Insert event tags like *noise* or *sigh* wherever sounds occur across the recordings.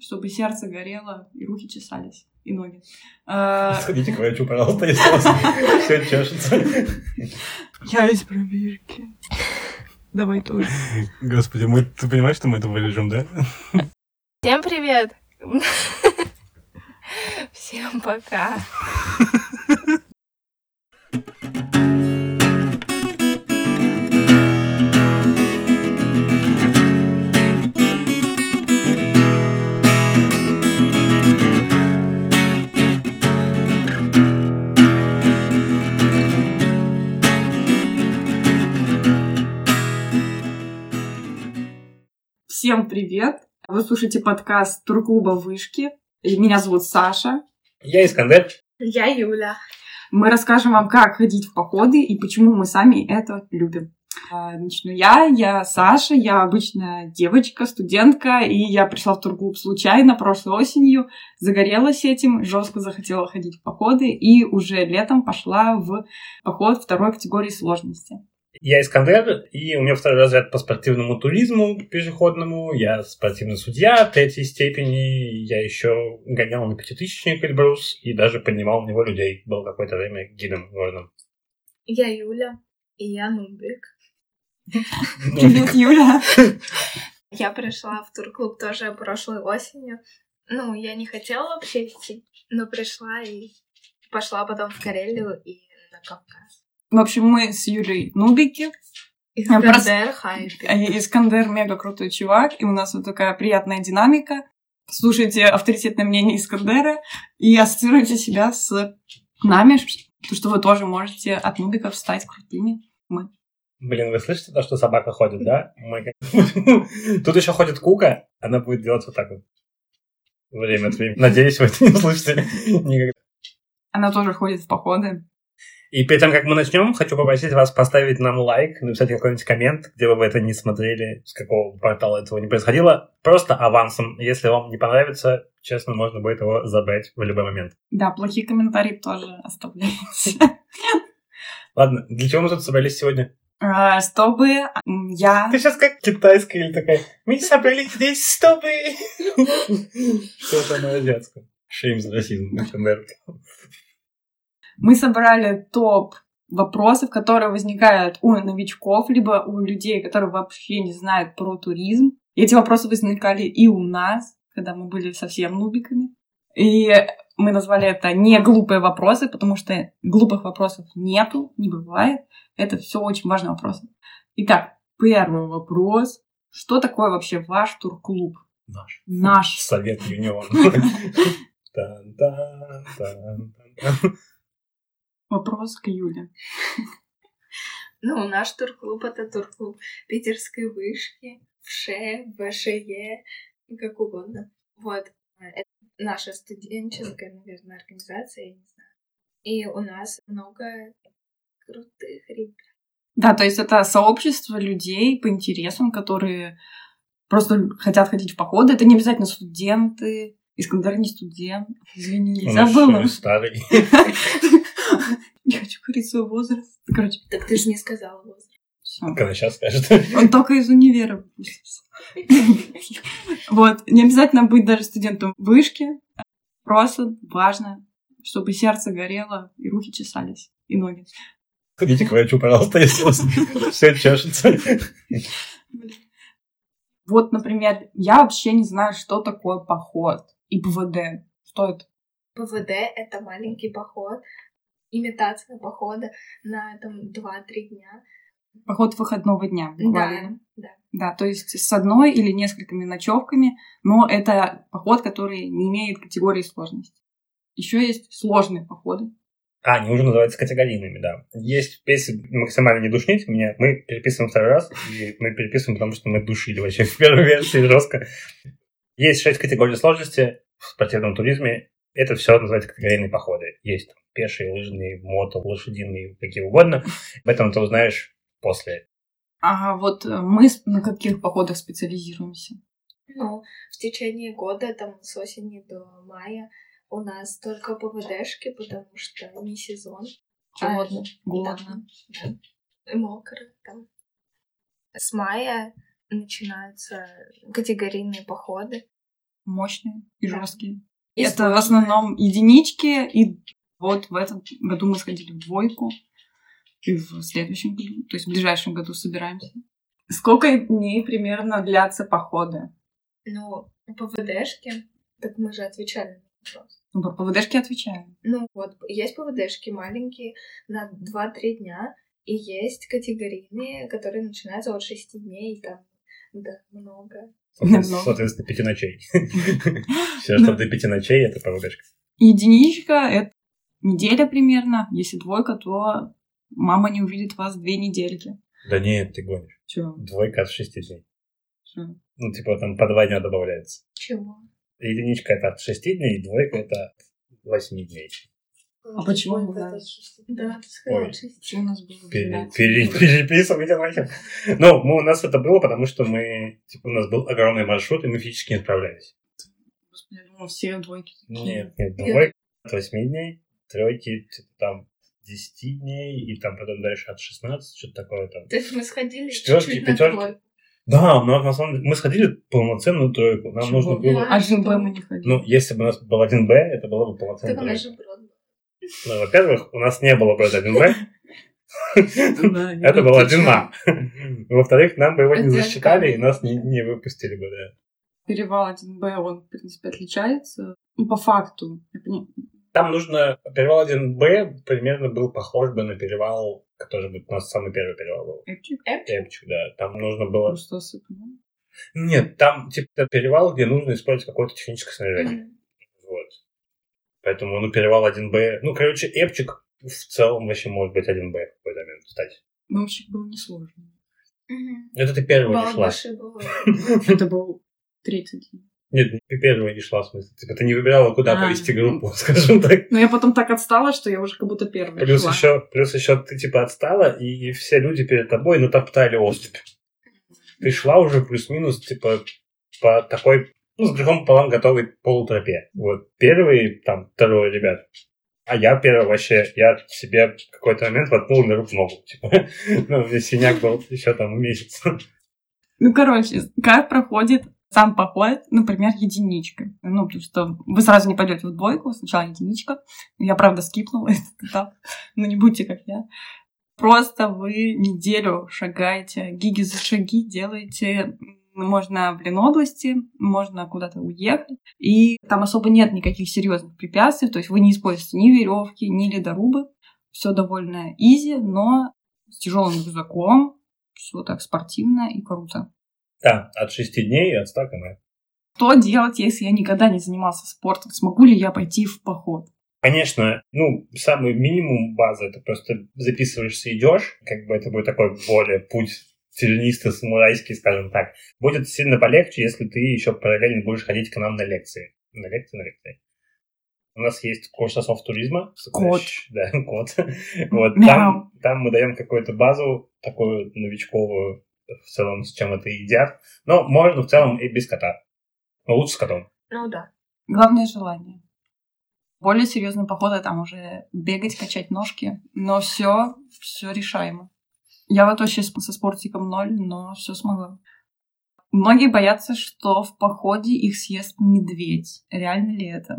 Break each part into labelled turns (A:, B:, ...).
A: чтобы сердце горело и руки чесались, и ноги. А,
B: Сходите к врачу, пожалуйста, если у вас *laughs* все чешется.
C: *laughs* Я из пробирки. Давай тоже.
D: Господи, мы, ты понимаешь, что мы это вырежем, да?
E: Всем привет! Всем пока!
A: Всем привет! Вы слушаете подкаст Турклуба Вышки. И Меня зовут Саша.
B: Я Искандер.
E: Я Юля.
A: Мы расскажем вам, как ходить в походы и почему мы сами это любим. А, Начну я. Я Саша, я обычная девочка, студентка, и я пришла в турклуб случайно прошлой осенью, загорелась этим, жестко захотела ходить в походы, и уже летом пошла в поход второй категории сложности.
B: Я Искандер, и у меня второй разряд по спортивному туризму пешеходному. Я спортивный судья третьей степени. Я еще гонял на пятитысячник Эльбрус и даже поднимал на него людей. Был какое-то время гидом городом.
F: Я Юля. И я Нубик.
A: Привет, Юля!
F: Я пришла в турклуб тоже прошлой осенью. Ну, я не хотела вообще идти, но пришла и пошла потом в Карелию и на Кавказ.
A: В общем, мы с Юлей Нубики,
F: Искандер Хайпи.
A: А и- Искандер мега крутой чувак, и у нас вот такая приятная динамика. Слушайте авторитетное мнение Искандера и ассоциируйте себя с нами, ш- потому что вы тоже можете от нубиков стать крутыми.
B: Блин, вы слышите то, что собака ходит, да? Мы как- *laughs* Тут еще ходит кука, она будет делать вот так вот. Время от времени. Надеюсь, вы это не услышите *laughs* никогда.
A: Она тоже ходит в походы.
B: И перед тем, как мы начнем, хочу попросить вас поставить нам лайк, написать какой-нибудь коммент, где бы вы это не смотрели, с какого портала этого не происходило. Просто авансом. Если вам не понравится, честно, можно будет его забрать в любой момент.
A: Да, плохие комментарии тоже оставляйте.
B: Ладно, для чего мы тут собрались сегодня? А
A: А, Чтобы м, я...
B: Ты сейчас как китайская или такая? Мы собрались здесь, чтобы... *laughs* Что-то на азиатском. Шейм за расизм, например.
A: Мы собрали топ вопросов, которые возникают у новичков, либо у людей, которые вообще не знают про туризм. И эти вопросы возникали и у нас, когда мы были совсем нубиками. И мы назвали это не глупые вопросы, потому что глупых вопросов нету, не бывает. Это все очень важные вопросы. Итак, первый вопрос. Что такое вообще ваш турклуб?
B: Наш.
A: Наш.
B: Совет
A: *laughs*
B: Юнион. Тан-тан-тан-тан.
A: Вопрос к Юле.
F: Ну, наш турклуб — это турклуб питерской вышки, в ШЕ, в ШЕ, и как угодно. Вот. Это наша студенческая, наверное, организация, я не знаю. И у нас много крутых ребят.
A: Да, то есть это сообщество людей по интересам, которые просто хотят ходить в походы. Это не обязательно студенты. Искандер не студент. Извини,
B: Он ещё
A: забыла.
B: и старый.
A: *laughs*
B: *laughs*
A: Не хочу говорить свой возраст. Короче,
F: Так ты же не сказала возраст.
A: все.
B: Когда сейчас скажет.
A: Он только из универа выпустился. Вот. Не обязательно быть даже студентом вышки. Просто важно, чтобы сердце горело, и руки чесались, и ноги.
B: Ходите к врачу, пожалуйста, *laughs* если у вас все чешется.
A: Вот, например, я вообще не знаю, что такое поход и ПВД. Что это?
F: ПВД — это маленький поход, имитация похода на там 2-3 дня.
A: Поход выходного дня, буквально.
F: Да,
A: Да, то есть с одной или несколькими ночевками, но это поход, который не имеет категории сложности. Еще есть сложные походы.
B: *laughs* А, они уже называются категорийными, да. Есть, если максимально не душнить меня, мы переписываем второй раз, и мы переписываем, потому что мы душили вообще в первой версии жестко. Есть шесть категорий сложности в спортивном туризме. Это все называется категорийные походы. Есть там пешие, лыжные, мото, лошадиные, какие угодно. Об этом ты узнаешь после.
A: А вот э, мы с- на каких походах специализируемся?
F: Ну, в течение года, там, с осени до мая у нас только ПВДшки, потому что не сезон. Э,
A: Холодно,
F: Да,
A: голодно.
F: да. И мокро там. С мая начинаются категорийные походы.
A: мощные и
F: Да.
A: жесткие.
F: И
A: Это в основном единички, и вот в этом году мы сходили в двойку, и в следующем году, то есть в ближайшем году собираемся. Сколько дней примерно длятся походы?
F: Ну, по ВДшке, так мы же отвечали на вопрос.
A: Ну, По ПВДшке отвечаю.
F: Ну вот, есть ПВДшки маленькие на 2-3 дня, и есть категорийные, которые начинаются от 6 дней, и там да, много.
B: Соответственно,
A: Много.
B: соответственно, пяти ночей. Все,
A: Да.
B: что до пяти ночей, это ПВДшка.
A: Единичка — это неделя примерно. Если двойка, то мама не увидит вас две недельки.
B: Да нет, ты гонишь.
A: Все,
B: Двойка от шести дней. Ну, типа, там по два дня добавляется.
F: Чего?
B: Единичка это от шести дней, двойка это от восьми дней.
A: А почему не знаю?
F: Да, ты сказала
B: Ой.
F: от 6.
A: Что у нас было?
B: Пере- пере- *laughs* Переписывайте нахер. Ну, мы- у нас это было, потому что мы, типа, у нас был огромный маршрут, и мы физически не отправлялись.
A: Господи, я думала, все двойки такие.
B: Нет, нет, двойка от восьми дней, тройки типа, там десяти дней, и там потом дальше от 16, что-то такое там.
F: То есть мы сходили
B: Четвёрки,
F: чуть-чуть
B: пятёрки.
F: на двойку.
B: Да, но на самом деле мы сходили в полноценную тройку. Нам
A: Чего?
B: нужно было...
F: Да.
A: А Джим Бэм мы не ходили.
B: Ну, если бы у нас был 1Б, это была бы полноценная
F: Так у нас
B: тройка.
F: же брод был.
B: Ну, во-первых, у нас не было брода 1Б,
A: *laughs* Да, не
B: это
A: было
B: была
A: точно.
B: 1А. *laughs* Во-вторых, нам бы его не
F: Это
B: засчитали, и
F: как?
B: нас не- не выпустили бы, да.
A: Перевал 1Б, он, в принципе, отличается. Ну, по факту. Я пони-
B: Там нужно... Перевал 1Б примерно был похож бы на перевал, который бы у нас самый первый перевал был.
A: Эпчик
B: Эпчик, да. Там нужно было...
A: просто осыпнул.
B: Нет, там типа это перевал, где нужно использовать какое-то техническое снаряжение.
F: Мгм.
B: Вот. Поэтому, ну, перевал 1Б... Ну, короче, Эпчик в целом вообще может быть 1Б в какой-то момент, кстати.
A: Ну, вообще было несложно.
F: Мгм.
B: Это ты первого не
F: Бал
B: шла.
F: больше было.
A: *laughs* Это был третий день.
B: *laughs* Нет, ты первого не шла, в смысле. Типа ты не выбирала, куда
A: А.
B: повести
F: ну.
B: группу, *laughs* скажем так.
A: Но я потом так отстала, что я уже как будто первая
B: Плюс
A: шла.
B: еще, плюс еще ты типа отстала, и, и все люди перед тобой натоптали оступь. Ты шла уже плюс-минус, типа, по такой, ну, с грехом пополам готовой полутропе. Вот первый, там, второй ребят. А я первый вообще, я себе в какой-то момент воткнул на руку ногу. Типа, *laughs* ну, у меня синяк был еще там месяц. *laughs*
A: Ну, короче, как проходит сам поход, например, единичка. Ну, потому что вы сразу не пойдете в двойку, сначала единичка. Я, правда, скипнула *laughs* этот этап, но не будьте как я. Просто вы неделю шагаете, гиги за шаги делаете. Можно в Ленобласти, можно куда-то уехать. И там особо нет никаких серьезных препятствий, то есть вы не используете ни веревки, ни ледорубы. Все довольно изи, но с тяжелым рюкзаком, все так спортивно и круто.
B: Да, от шести дней и от 100 км.
A: Что делать, если я никогда не занимался спортом? Смогу ли я пойти в поход?
B: Конечно, ну, самый минимум базы, это просто записываешься, идешь, как бы это будет такой более путь тернистый, самурайский, скажем так. Будет сильно полегче, если ты еще параллельно будешь ходить к нам на лекции. На лекции, на лекции. У нас есть курс осов туризма.
A: Кот.
B: Да, *laughs* кот. Вот,
A: Мяу.
B: там, там мы даем какую-то базу, такую новичковую, в целом, с чем это едят. Но можно в целом и без кота. Но лучше с котом.
F: Ну да.
A: Главное желание. Более серьезные походы там уже бегать, качать ножки, но все, все решаемо. Я вот вообще с- со спортиком ноль, но все смогла. Многие боятся, что в походе их съест медведь. Реально ли это?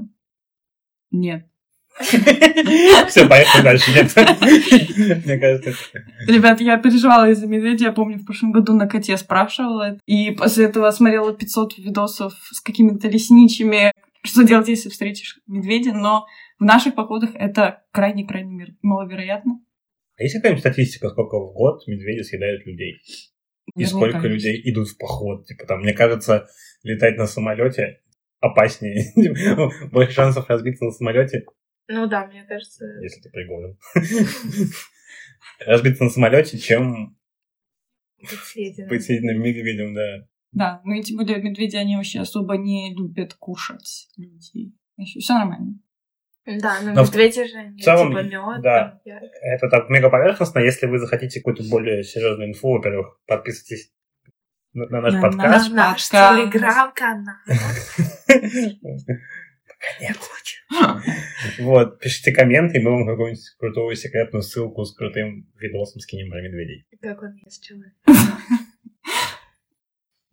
A: Нет.
B: Все, поехали дальше. Нет. Мне кажется,
A: Ребят, я переживала из-за медведя. Я помню, в прошлом году на коте спрашивала. И после этого смотрела 500 видосов с какими-то лесничими. Что делать, если встретишь медведя? Но в наших походах это крайне-крайне мер- маловероятно.
B: А есть какая-нибудь статистика, сколько в год медведи съедают людей?
A: Ну,
B: И сколько
A: Наверняка.
B: людей идут в поход? Типа там, мне кажется, летать на самолете опаснее. *laughs* Больше шансов разбиться на самолете,
F: Ну да, мне кажется.
B: если ты пригоден. *laughs* Разбиться на самолете, чем
F: Быть съеденным.
B: быть съеденным медведем, да.
A: Да, ну и тем более медведи, они вообще особо не любят кушать людей. Все нормально. *laughs*
F: Да, но,
B: Но в
F: медведи же они
B: в целом,
F: типа мед,
B: да.
F: там, я-
B: Это так мегаповерхностно. Если вы захотите какую-то более серьезную инфу, во-первых, подписывайтесь на, на наш
A: На
B: подкаст.
A: Наш
B: *laughs*
F: На наш
A: подкаст.
F: телеграм-канал.
B: Вот, пишите комменты, и мы вам какую-нибудь крутую секретную ссылку с крутым видосом скинем про медведей.
F: Как он есть человек.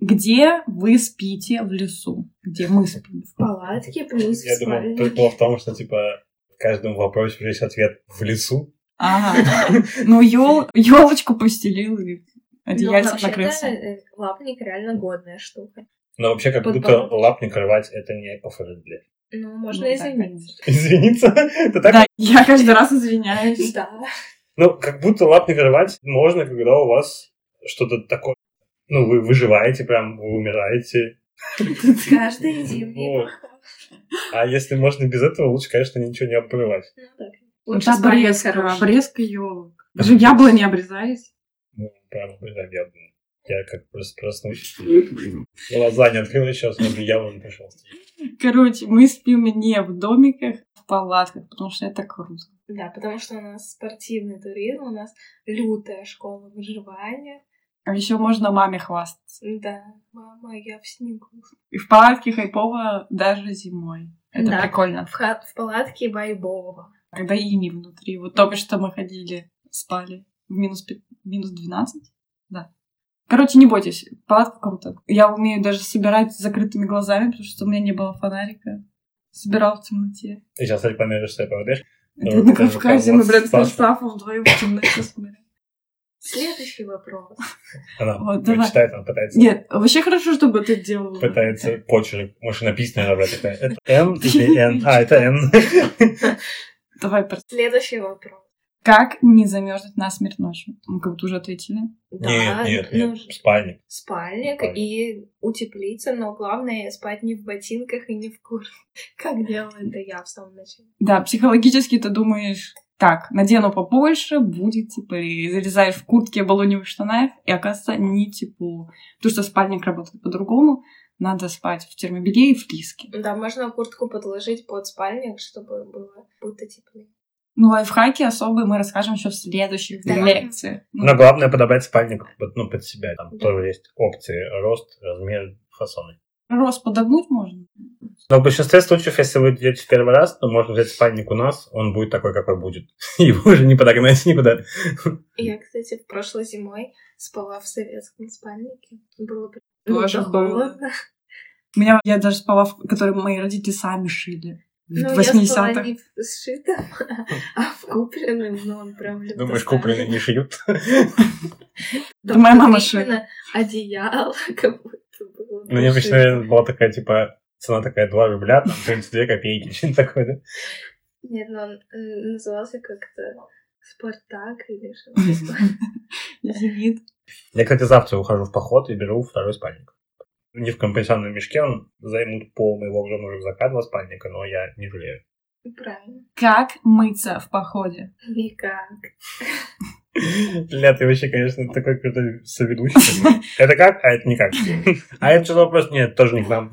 A: Где вы спите в лесу? Где мы спим?
F: В палатке плюс в
B: Я думал,
F: спальне.
B: тут было в том, что, типа, в каждом вопросе уже есть ответ в лесу.
A: Ага. Ну, ел, елочку постелил и
F: Ну,
A: одеяльцем
F: вообще-то,
A: накрылся.
F: э, лапник реально годная штука.
B: Но вообще, как
F: Под
B: будто
F: палаткой.
B: лапник рвать — это не *laughs* ФРД.
F: Ну, можно
A: Ну, да,
F: извиниться.
B: Извиниться? Это так?
A: Да, я каждый раз
F: *laughs*
A: извиняюсь.
F: Да.
B: Ну, как будто лапник рвать можно, когда у вас что-то такое... Ну, вы выживаете прям, вы умираете.
F: Каждый зимний
B: Вот. А если можно без этого, лучше, конечно, ничего не обрывать.
F: *laughs* Ну, так.
A: Это
F: спальня,
A: обрезка,
F: короче.
A: обрезка елок. Даже яблони не обрезались.
B: Ну, прям, не знаю, я, я как просто проснусь. Глаза не открыл сейчас, но я вам пришел.
A: Короче, мы спим не в домиках, а в палатках, потому что это круто.
F: Да, потому что у нас спортивный туризм, у нас лютая школа выживания.
A: А еще можно маме хвастаться.
F: Да, мама, я в снегу.
A: И в палатке хайпово даже зимой. Это
F: Да.
A: прикольно.
F: В, ха- в палатке Байбова.
A: Когда ими внутри. Вот только что мы ходили, спали в минус, пи- минус 12. Да. Короче, не бойтесь, палатка круто. Я умею даже собирать с закрытыми глазами, потому что у меня не было фонарика. Собирал в темноте.
B: Ты сейчас, кстати, померишь, что я поведаешь.
A: Это
B: Вот
A: на
B: это же
A: Кавказе мы, блин, с
B: классно.
A: Мустафом вдвоем а в темноте
B: *laughs*
A: смотрели.
F: Следующий вопрос.
B: Она
A: Вот,
B: её
A: давай.
B: читает, она пытается,
A: Нет, вообще хорошо, чтобы ты делала.
B: пытается почерк машинописный набрать. Такая, Это
F: *laughs*
B: Н или Н? А, это Н.
A: Давай, про-
F: Следующий вопрос.
A: Как не замерзнуть насмерть ночью? Мы как будто уже ответили.
F: Да,
B: *laughs* Нет, нет,
F: ну,
B: нет, спальник.
F: спальник
B: Спальник.
F: и утеплиться, но главное спать не в ботинках и не в куртке, *laughs* как делала это я в самом начале.
A: Да, психологически ты думаешь, так, надену побольше, будет теплее. Залезаешь в куртке баллоневых штанах, и оказывается не тепло. Потому что спальник работает по-другому. Надо спать в термобелье и в плиске.
F: Да, можно куртку подложить под спальник, чтобы было будто теплее.
A: Ну, лайфхаки особые мы расскажем еще в следующих
F: Да.
A: лекциях. Ну,
B: Но главное подобрать спальник под, ну, под себя. Там
F: Да.
B: тоже есть опции. Рост, размер, фасоны.
A: Рост подогнуть можно.
B: Но в большинстве случаев, если вы идете в первый раз, то можно взять спальник у нас, он будет такой, какой будет. *laughs* Его уже не подогнать никуда.
F: Я, кстати, прошлой зимой спала в советском спальнике. Было при-
B: Ну,
A: Тоже
F: *laughs*
A: У меня, я даже спала, в который мои родители сами шили. В
F: Ну, я спала
A: 80-х.
F: не в сшитом, *laughs* а в купленном, но он прям лето
B: Думаешь,
F: ставит.
B: купленные не шьют?
A: Это моя мама
F: куплено Одеяло *laughs* как будто было.
B: Ну, мне обычно,
F: сшито.
B: наверное, была такая, типа, цена такая 2 рубля, там, 32 копейки, *laughs* что-нибудь такое, да?
F: Нет, но он э, назывался как-то Спартак или
A: *laughs*
F: что-то.
A: Зенит.
B: Я, кстати, завтра ухожу в поход и беру второй спальник. Не в компенсационном мешке, он займут пол моего огромного рюкзака, два спальника, но я не жалею. *laughs*
F: Правильно.
A: Как мыться в походе?
F: Никак.
B: Ля, ты вообще, конечно, такой крутой соведущий. Это как? А это никак. А это что-то вопрос? Нет, тоже не к нам.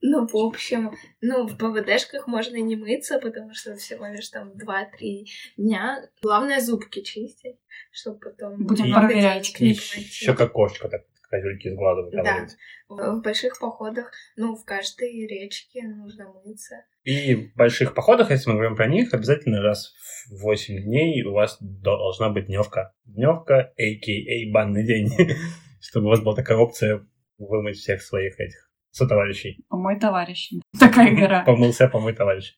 F: Ну, в общем, ну, в ПВДшках можно и не мыться, потому что всего лишь там 2-3 дня. Главное, зубки чистить, чтобы потом...
A: Будем
F: много
A: проверять.
F: денег не
B: Еще
F: платить.
B: как кошечка, так козельки сгладывают.
F: Да. В в больших походах, ну, в каждой речке нужно мыться.
B: И в больших походах, если мы говорим про них, обязательно раз в 8 дней у вас до- должна быть дневка. Дневка, а.к.а. банный день. *laughs* Чтобы у вас была такая опция вымыть всех своих этих сотоварищей.
A: Мой товарищ. Такая гора.
B: *laughs* Помылся, помой товарищ.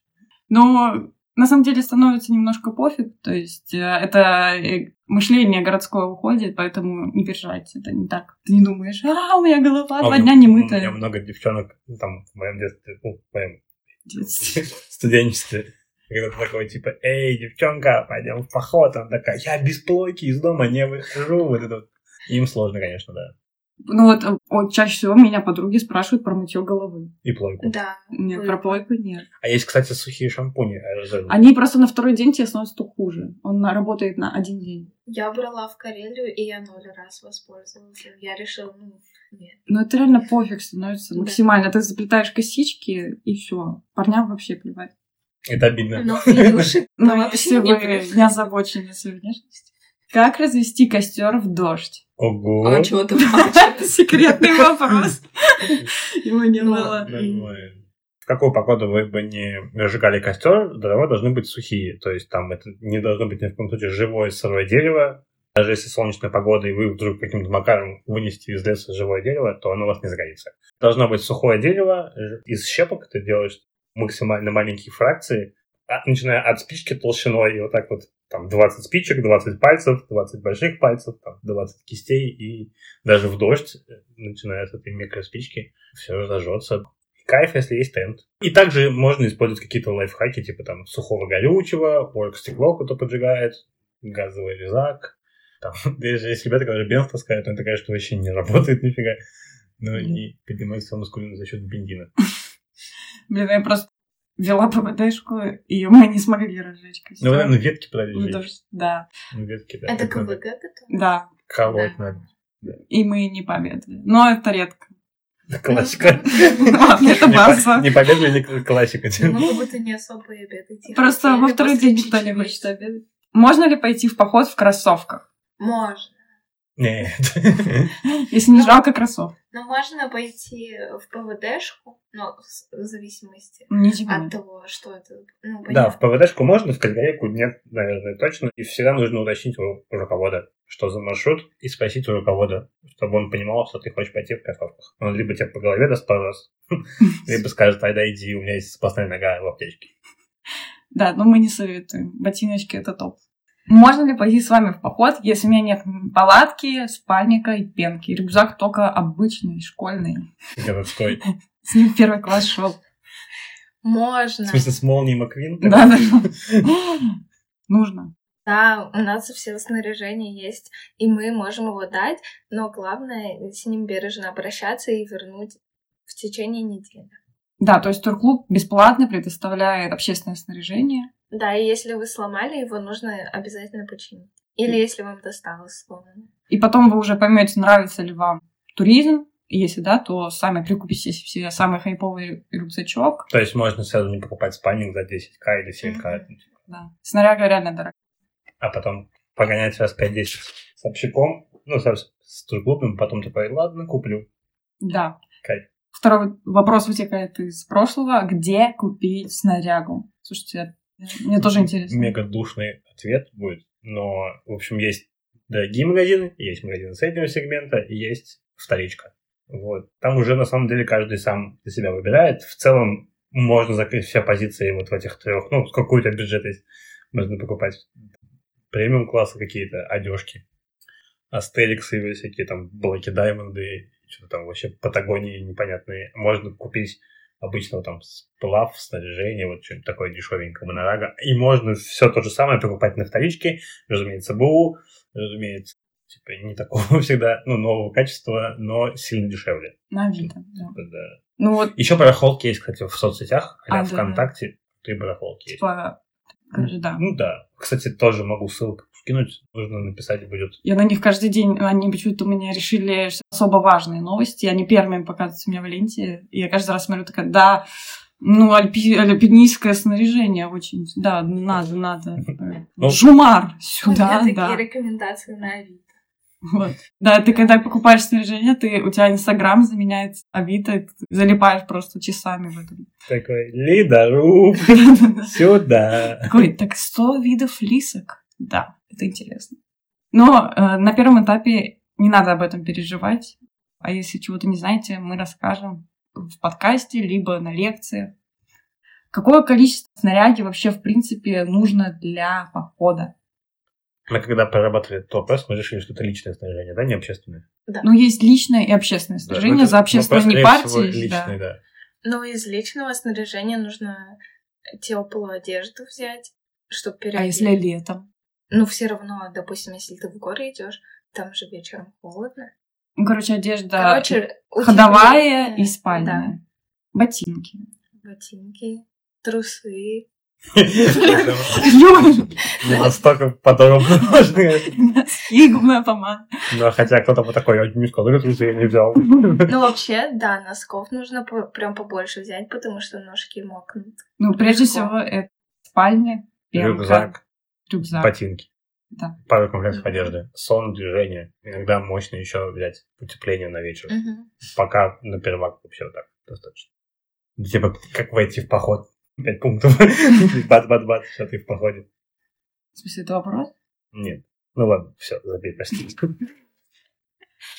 A: Но на самом деле становится немножко пофиг, то есть э, это э, мышление городское уходит, поэтому не переживайте, это не так. Ты не думаешь, а, у меня голова
B: А у
A: два
B: меня-
A: дня не
B: У меня
A: мытая.
B: много девчонок ну, там в моем детстве, ну, в моем
A: Детство.
B: *laughs* студенчестве. Когда ты такой, типа, эй, девчонка, пойдем в поход. Она такая, я без плойки из дома не выхожу. Вот это вот. Им сложно, конечно, да.
A: Ну вот, э, вот чаще всего меня подруги спрашивают про мытье головы.
B: И плойку.
F: Да.
A: Нет,
F: Ой.
A: про плойку нет.
B: А есть, кстати, сухие шампуни. аэрозольные.
A: Они просто на второй день тебе становятся хуже. Он на- работает на один день.
F: Я брала в Карелию, и я ноль раз воспользовалась. им. Я решила, ну, нет.
A: Но это реально пофиг становится
F: Да.
A: максимально. Ты заплетаешь косички и все. Парням вообще плевать.
B: Это обидно.
F: Но Филюшек
A: Ну,
F: вообще
A: если
F: не
A: вы
F: пришли.
A: не озабочены своей внешностью. Как развести костер в дождь?
B: *laughs* Ого.
F: А чё ты? а чё ты?
A: Секретный вопрос. Его не
F: Ну,
A: было.
B: Нормально. В какую погоду вы бы не разжигали костер, дрова должны быть сухие. То есть там это не должно быть ни в коем случае живое сырое дерево, Даже если солнечная погода, и вы вдруг каким-то макаром вынесете из леса живое дерево, то оно у вас не загорится. Должно быть сухое дерево ж- из щепок, ты делаешь максимально маленькие фракции, а- начиная от спички толщиной, и вот так вот там 20 спичек, 20 пальцев, 20 больших пальцев, там, 20 кистей, и даже в дождь, э, начиная с этой микроспички, все зажжется. Кайф, если есть тент. И также можно использовать какие-то лайфхаки, типа там сухого горючего, орг стекло кто-то поджигает, газовый резак. Там, *laughs* даже есть ребята, которые бенз таскают, но это, конечно, вообще не работает нифига. Ну и поднимает свою мускулину за счет бензина.
A: Блин, я просто вела ПВДшку, и мы не смогли разжечь костер.
B: Ну, наверное, ветки подали
A: Ну,
B: жечь.
A: то есть, да,
B: Ну, ветки, да.
F: Это
B: так надо
F: КВГ, который?
A: да.
B: Колоть надо.
A: И мы не победили. Но это редко.
B: Классика.
A: Ладно, это
B: Не по-
A: база.
B: Не победа или к- классика.
F: Ну, как будто не особо и обедать.
A: Просто во второй день никто не хочет обедать. Можно ли пойти в поход в кроссовках?
F: Можно.
B: Нет. *laughs*
A: Если не жалко кроссовок.
F: Но Ну, можно пойти в ПВДшку, но с- в зависимости
A: Не тебе.
F: от того, что это. Ну,
B: Да, в
F: понятно.
B: ПВДшку можно, в Кальгареку нет, наверное, точно. И всегда нужно уточнить у руковода, что за маршрут, и спросить у руковода, чтобы он понимал, что ты хочешь пойти в кроссовках. Он либо тебе по голове даст пару раз, либо скажет, айда иди, у меня есть запасная нога в аптечке.
A: *laughs* Да, но мы не советуем. Ботиночки это топ. Можно ли пойти с вами в поход, если у меня нет палатки, спальника и пенки? Рюкзак только обычный, школьный.
B: Городской.
A: С ним в первый класс шел.
E: Можно.
B: В смысле, с молнией Маквин?
A: Да, да. *gasps* Нужно.
F: Да, у нас все снаряжение есть, и мы можем его дать, но главное с ним бережно обращаться и вернуть в течение недели.
A: Да, то есть турклуб бесплатно предоставляет общественное снаряжение.
F: Да, и если вы сломали его, нужно обязательно починить. Или если вам досталось сломанное.
A: И потом вы уже поймете, нравится ли вам туризм. И если да, то сами прикупите себе самый хайповый рюкзачок.
B: То есть можно сразу не покупать спальник за 10к или 7к,
A: Да. Снаряга реально дорога.
B: а потом погонять раз 5-10 с общаком, ну, с, с турклубным, потом такой, ладно, куплю.
A: Да.
B: Кайф.
A: Второй вопрос вытекает из прошлого. Где купить снарягу? Слушайте, мне тоже интересно.
B: Мега душный ответ будет. Но, в общем, есть дорогие магазины, есть магазины среднего сегмента, и есть вторичка. Вот. Там уже, на самом деле, каждый сам для себя выбирает. В целом, можно закрыть все позиции вот в этих трех. Ну, какой у тебя бюджет есть. Можно покупать премиум класса какие-то одежки. Астериксы и всякие там Блэки Даймонды, что-то там вообще Патагонии непонятные. Можно купить обычного там сплав, снаряжение, вот что-нибудь такое дешевенькое, монорага. И можно все то же самое покупать на вторичке, разумеется, БУ, разумеется, типа не такого *laughs* всегда, ну, нового качества, но сильно дешевле.
A: На Авито, да.
B: Да.
A: Ну вот,
B: Еще барахолки есть, кстати, в соцсетях, а
A: А, да,
B: ВКонтакте, ты барахолки есть.
A: типа, короче, да.
B: Ну да. Кстати, тоже могу ссылку вкинуть, нужно написать будет.
A: Я на них каждый день, они почему-то у меня решили что особо важные новости, они первыми показываются у меня в ленте, и я каждый раз смотрю такая, да, ну, альпи- альпинистское снаряжение очень, да, надо, надо.
B: *laughs*
A: э,
B: Ну.
A: Жумар
F: У меня
A: сюда,
F: такие
A: да.
F: рекомендации на Авито.
A: Вот. Да, ты когда покупаешь снаряжение, ты, у тебя Инстаграм заменяет Авито, и ты залипаешь просто часами в этом.
B: Такой,
A: *laughs*
B: Лидару, сюда.
A: Такой, так 100 видов лисок. Да, это интересно. Но э, на первом этапе не надо об этом переживать. А если чего-то не знаете, мы расскажем в подкасте, либо на лекции. Какое количество снаряги вообще, в принципе, нужно для похода?
B: Мы когда прорабатывали топ мы решили, что это личное снаряжение, да, не общественное?
A: Ну, есть личное и общественное
B: Да,
A: снаряжение.
B: ну, это
A: За общественное
B: вопрос,
A: не
B: скорее всего,
A: партии.
B: личный, да.
F: Но из личного снаряжения нужно теплую одежду взять, чтобы
A: А
F: переодеть.
A: если летом?
F: Ну, все равно, допустим, если ты в горы идешь, там же вечером холодно.
A: Ну, короче, одежда
F: Короче, у
A: ходовая
F: тебя-
A: и спальная. *laughs* Ботинки.
F: Да, ботинки,
A: *laughs*
F: трусы.
B: Не настолько подробно можно. *laughs*
A: Носки, губная помада.
B: Но хотя кто-то вот такой, я не сказал, я трусы я не взял.
F: Ну, вообще, да, носков нужно по- прям побольше взять, потому что ножки мокнут.
A: Ну, прежде
F: Легко.
A: всего, это спальня, пенка,
B: Рюкзак,
A: рюкзак.
B: ботинки.
A: Да.
B: Пару комплектов одежды. Сон, движение. Иногда мощно еще взять утепление на вечер.
F: Мгм.
B: Пока на первак вообще вот так достаточно. Типа, как войти в поход? Пять *laughs* пунктов. Бат-бат-бат, что ты в походе.
A: В смысле, это вопрос?
B: Нет. Ну ладно, все, забей, прости.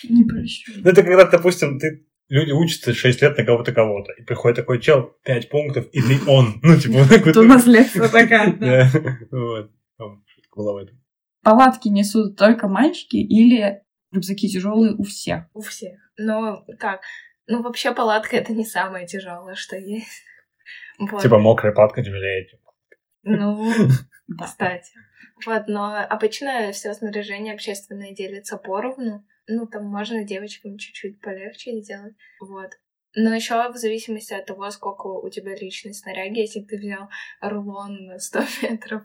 A: Не прощу.
B: Ну, это когда, допустим, ты люди учатся 6 лет на кого-то кого-то, и приходит такой чел, 5 пунктов, и ты он. Ну, типа, вот так вот.
A: Тут
B: *laughs*
A: наследство такая. да.
B: Да, вот. Там шутка была в этом.
A: Палатки несут только мальчики или рюкзаки тяжелые у всех?
F: У всех. Но как? Ну, вообще палатка это не самое тяжелое, что есть. *laughs* Вот.
B: Типа мокрая палатка тяжелее. типа.
F: Ну,
A: Да.
F: кстати. Вот, но обычно все снаряжение общественное делится поровну. Ну, там можно девочкам чуть-чуть полегче сделать. Вот. Но еще в зависимости от того, сколько у тебя личной снаряги, если ты взял рулон на 100 *laughs* метров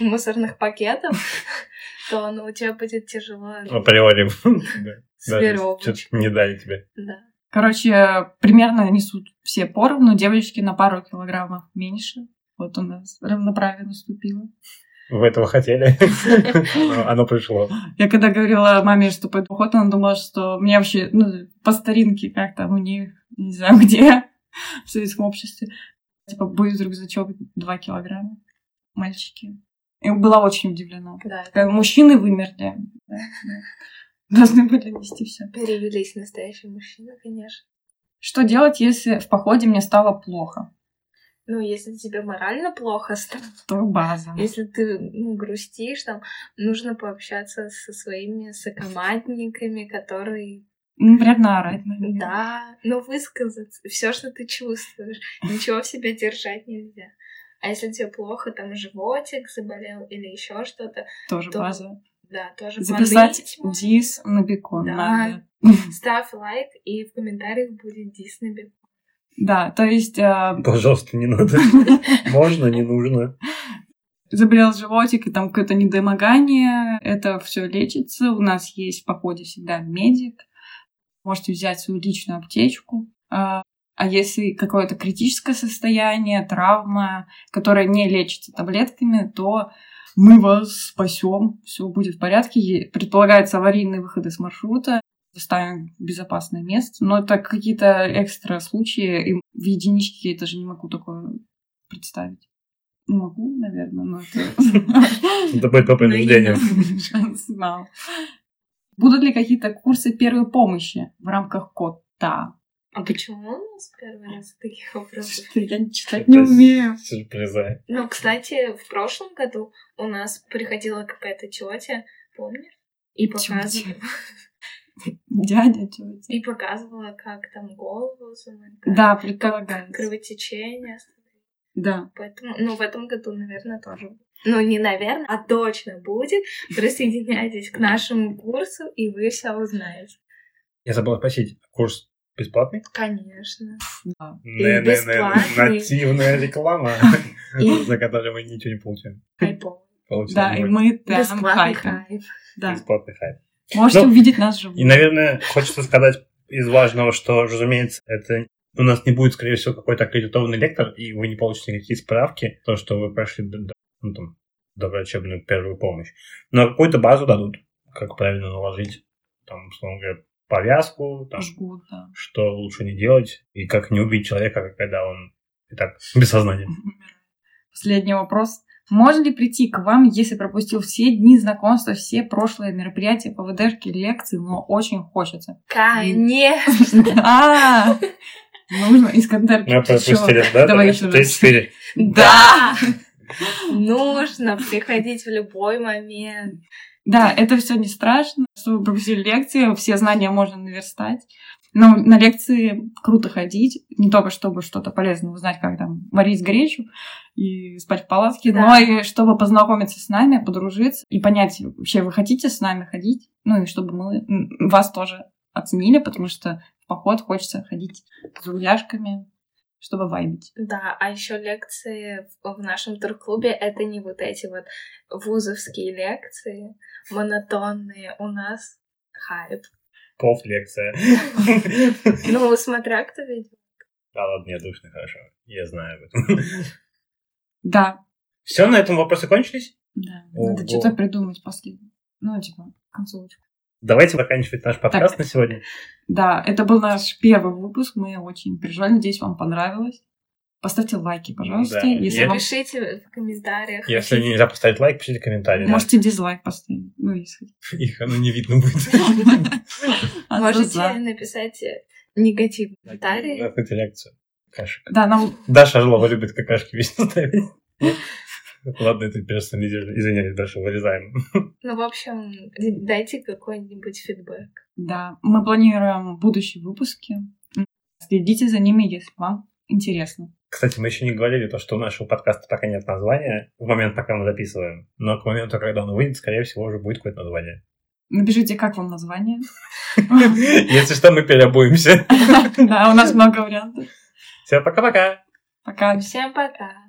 F: мусорных пакетов, то ну, у тебя будет тяжело
B: А, Априори. Да.
F: с
B: Да,
F: веревочкой.
B: чё-то Не дали тебе.
F: Да.
A: Короче, примерно несут все поровну, девочки на пару килограммов меньше. Вот у нас равноправие наступило.
B: Вы этого хотели. Но Оно пришло.
A: Я когда говорила маме, что пойду в поход, она думала, что мне вообще ну, по старинке как там у них, не знаю *laughs* где, в советском обществе, типа будет рюкзачок 2 килограмма, мальчики. И была очень удивлена.
F: Да,
A: Такая, Мужчины вымерли. *laughs* Да, да. Должны были нести все.
F: перевелись настоящие мужчины, конечно.
A: Что делать, если в походе мне стало плохо?
F: Ну, если тебе морально плохо *laughs* стало,
A: То база.
F: если ты ну, грустишь, там нужно пообщаться со своими сокомандниками, которые,
A: Неприятно орать, наверное.
F: да, ну, высказаться, все, что ты чувствуешь, ничего в себе держать нельзя. А если тебе плохо, там животик заболел или еще что-то,
A: Тоже
F: Да.
A: база.
F: да, тоже
A: Записать
F: поныть можно.
A: дис на бекон
F: Да.
A: надо.
F: Ставь лайк, и в комментариях будет Дисней.
A: Да, то есть э,
B: Пожалуйста, не надо. Можно, не нужно.
A: заболел животик и там какое-то недомогание, это все лечится. У нас есть в походе всегда медик. Можете взять свою личную аптечку. А а если какое-то критическое состояние, травма, которая не лечится таблетками, то мы вас спасем, все будет в порядке. Е- Предполагается аварийные выходы с маршрута, доставим в безопасное место. Но это какие-то экстра случаи, и в единичке я даже не могу такое представить. Могу, наверное, но это...
B: Это будет по принуждению.
A: Шанс мал. Будут ли какие-то курсы первой помощи в рамках кота?
F: А почему у нас первый раз таких вопросов?
A: Что-то Я читать не
B: Это
A: умею.
B: Сюрпризы.
F: Ну, кстати, в прошлом году у нас приходила какая-то тетя, помнишь? И показывала,
A: Дядя, тетя.
F: и показывала, как там голову замыкают,
A: Да,
F: как
A: предполагается.
F: кровотечение.
A: Да.
F: Поэтому, ну, в этом году, наверное, тоже. будет. Ну, не наверное, а точно будет. Присоединяйтесь к нашему курсу, и вы все узнаете.
B: Я забыл спросить, курс бесплатный?
F: Конечно.
A: Да.
F: бесплатный.
B: нативная реклама,
F: И-
B: *laughs* за которую мы ничего не получаем.
F: Хайпово.
A: *laughs*
B: Получили
A: Да, и
B: ноль.
A: мы там
F: Бесплатный
A: хайпим.
F: хайп.
A: Да.
B: Бесплатный хайп.
A: Можете
B: Ну,
A: увидеть нас
B: И,
A: живым.
B: наверное, хочется сказать из важного, что, разумеется, это у нас не будет, скорее всего, какой-то аккредитованный лектор, и вы не получите никакие справки, то, что вы прошли до, до- ну, там, доврачебную первую помощь. Но какую-то базу дадут, как правильно наложить, там, условно говоря, повязку, там,
A: Жгут, да.
B: что лучше не делать, и как не убить человека, когда он и так без сознания.
A: Последний вопрос. Можно ли прийти к вам, если пропустил все дни знакомства, все прошлые мероприятия, ПВДшки, лекции, но очень хочется?
F: Конечно.
A: Да! А, Нужно Искандер
B: Мы
A: Кипчак.
B: пропустили, да?
A: Давай
B: Давай
A: еще раз.
B: 34.
A: Да!
F: Нужно приходить в любой момент.
A: Да, это все не страшно, что вы пропустили лекции, все знания можно наверстать. Но на лекции круто ходить, не только чтобы что-то полезное узнать, как там варить гречу и спать в палатке,
F: Да.
A: но и чтобы познакомиться с нами, подружиться и понять, вообще вы хотите с нами ходить, ну и чтобы мы м, вас тоже оценили, потому что в поход хочется ходить с друзьяшками, чтобы вайбить.
F: Да, а еще лекции в в нашем турклубе это не вот эти вот вузовские лекции, монотонные. У нас хайп.
B: Пов
A: *laughs*
B: лекция.
F: Ну, смотря кто ведет.
B: Да ладно, я душно, хорошо. Я знаю об этом. *laughs*
A: Да,
B: Все, на этом вопросы кончились.
A: да.
B: Ого.
A: Надо что-то придумать последнее. Ну, типа, концовочку.
B: Давайте заканчивать наш подкаст на сегодня.
A: Да, это был наш первый выпуск. Мы очень переживали. Надеюсь, вам понравилось. Поставьте лайки, пожалуйста,
B: Да.
A: если
B: Я-
A: вам...
F: Пишите в комментариях.
B: Если нельзя поставить лайк, пишите комментарий. да.
A: Можете дизлайк поставить. Ну, если...
B: Их оно не видно будет.
A: *laughs* А,
F: Можете
A: за.
F: написать э, негативный комментарий.
B: Какую-то реакцию. Каши.
A: Да, нам
B: Daша Орлова любит какашки вечно
A: *laughs*
B: ставить. Ладно, это персонализировано. Извиняюсь, Даша, вырезаем.
F: Ну, в общем, д- дайте какой-нибудь фидбэк.
A: Да, мы планируем будущие выпуски. Следите за ними, если вам интересно.
B: Кстати, мы еще не говорили то, что у нашего подкаста пока нет названия, в момент, пока мы записываем. Но к моменту, когда он выйдет, скорее всего, уже будет какое-то название.
A: Напишите, как вам
B: *laughs*
A: название.
B: Если что, мы переобуемся.
A: Да, у нас много вариантов.
B: Все, пока-пока!
A: Пока.
F: Всем пока!